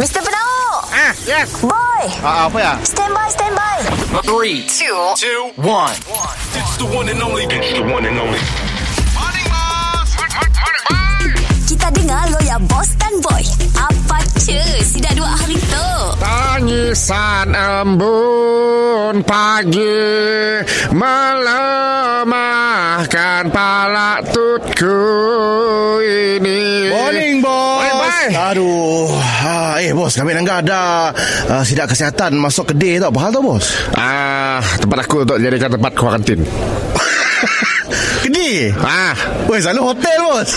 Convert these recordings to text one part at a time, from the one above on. Mr. Penau Ah, yes. Boy Ah, ah, apa ya? Stand by, stand by Three, two, Two. one. It's the one and only. It's the one and only. Kita dengar lo ya Boss dan Boy Apa cuy Si dah dua hari tu Tangisan embun pagi melemahkan pala tutku ini. Morning bos Morning, bye. Aduh ha, Eh bos kami nangga ada uh, Sidak kesihatan Masuk kedai tau Apa hal tau bos Ah, tempat aku untuk jadikan tempat kuarantin. Kedai Ah, Weh selalu hotel bos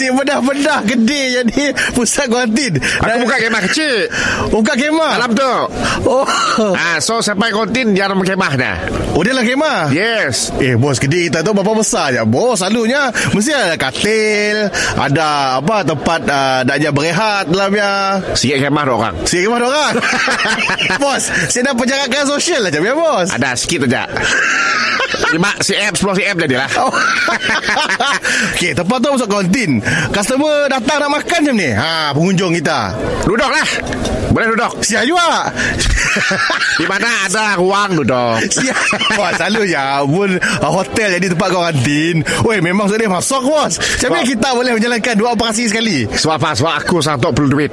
Cik bedah-bedah Kedai jadi Pusat kuarantin aku buka kemah kecil. Buka kemah Alam tu. Oh Ah, so sampai kuarantin dia dalam kemah dah. Oh dia lah kemah Yes. Eh bos kedai kita tu berapa besar je Bos selalunya Mesti ada katil Ada apa tempat uh, Nak je berehat ya. dalamnya Sikit kemah dua orang. Sikit kemah orang Bos Saya dah penjarakan sosial lah Macam ya bos Ada sikit saja. Lima CM, sepuluh CM jadi lah. Oh. Okey, tempat tu masuk kantin. Customer datang nak makan macam ni. Ha, pengunjung kita. Duduk lah. Boleh duduk. Siap juga. Di mana ada ruang duduk. Siap. Wah, selalu ya pun ah, hotel jadi tempat kau kantin. Weh, memang sudah masuk bos. Macam mana Wah. kita boleh menjalankan dua operasi sekali? Sebab apa? Sebab aku sangat perlu duit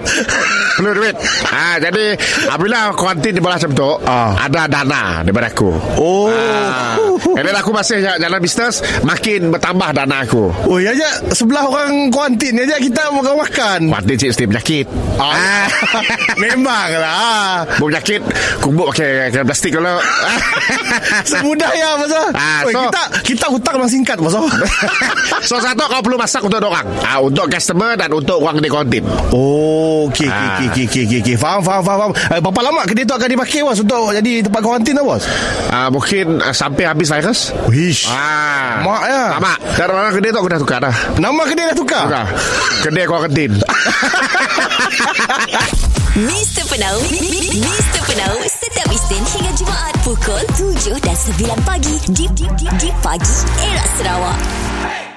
Perlu duit ha, Jadi Apabila kuantin di bola macam tu Ah. Ada dana daripada aku Oh. Ah. And then aku masih ja- jalan bisnes Makin bertambah dana aku Oh, ya je sebelah orang kuantin ya je kita makan makan. Kuantin cik mesti penyakit Ah, memanglah. Bom penyakit Kumbuk pakai kena plastik dulu Semudah ya masa. Ah, Weh, so- kita kita hutang memang singkat masa. So satu kau perlu masak untuk orang ha, Untuk customer dan untuk orang di kuantin Oh, okey okey Ah. okey okey okey okey. Okay. Faham faham faham. faham. Eh, berapa lama kedai tu akan dipakai bos untuk jadi tempat lah, kuarantin tu bos? ha, Mungkin ah, sampai habis virus Wish. Ah, Mak ya. Lama Dan orang kedai tu aku dah tukar dah Nama kedai dah tukar. Tukar Kedai kuarantin Mr. Penau Mi- Mi- Mi- Mr. Penau Setiap Isnin hingga Jumaat Pukul 7 dan 9 pagi Di, di, di, di pagi Era Sarawak